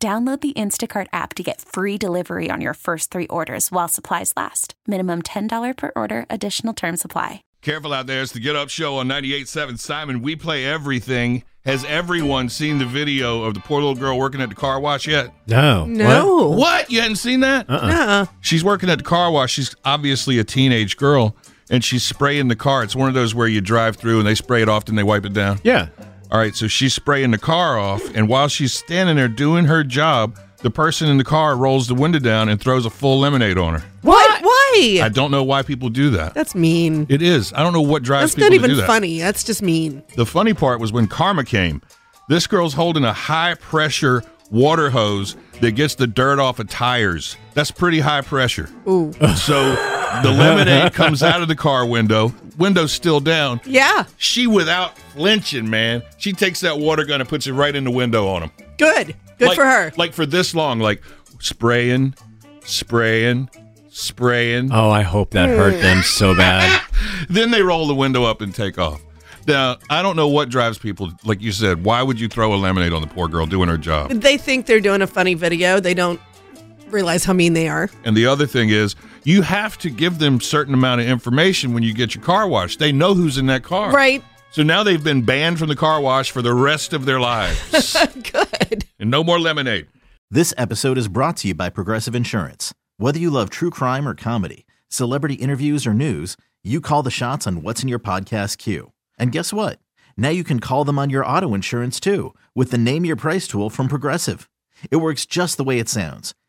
Download the Instacart app to get free delivery on your first three orders while supplies last. Minimum $10 per order, additional term supply. Careful out there. It's the Get Up Show on 98.7. Simon, we play everything. Has everyone seen the video of the poor little girl working at the car wash yet? No. What? No. What? You hadn't seen that? Uh-uh. She's working at the car wash. She's obviously a teenage girl, and she's spraying the car. It's one of those where you drive through and they spray it off, then they wipe it down. Yeah. All right, so she's spraying the car off, and while she's standing there doing her job, the person in the car rolls the window down and throws a full lemonade on her. What? Why? I don't know why people do that. That's mean. It is. I don't know what drives That's people not even to do that. funny. That's just mean. The funny part was when Karma came. This girl's holding a high pressure water hose that gets the dirt off of tires. That's pretty high pressure. Ooh. So the lemonade comes out of the car window, window's still down. Yeah. She, without flinching, man, she takes that water gun and puts it right in the window on him. Good. Good Like- for her. Like for this long, like spraying, spraying, spraying. Oh, I hope that hurt them so bad. Then they roll the window up and take off. Now, I don't know what drives people, like you said, why would you throw a lemonade on the poor girl doing her job? They think they're doing a funny video. They don't realize how mean they are. And the other thing is, you have to give them certain amount of information when you get your car washed. They know who's in that car. Right. So now they've been banned from the car wash for the rest of their lives. Good. and no more lemonade. This episode is brought to you by Progressive Insurance. Whether you love true crime or comedy, celebrity interviews or news, you call the shots on what's in your podcast queue. And guess what? Now you can call them on your auto insurance too with the Name Your Price tool from Progressive. It works just the way it sounds.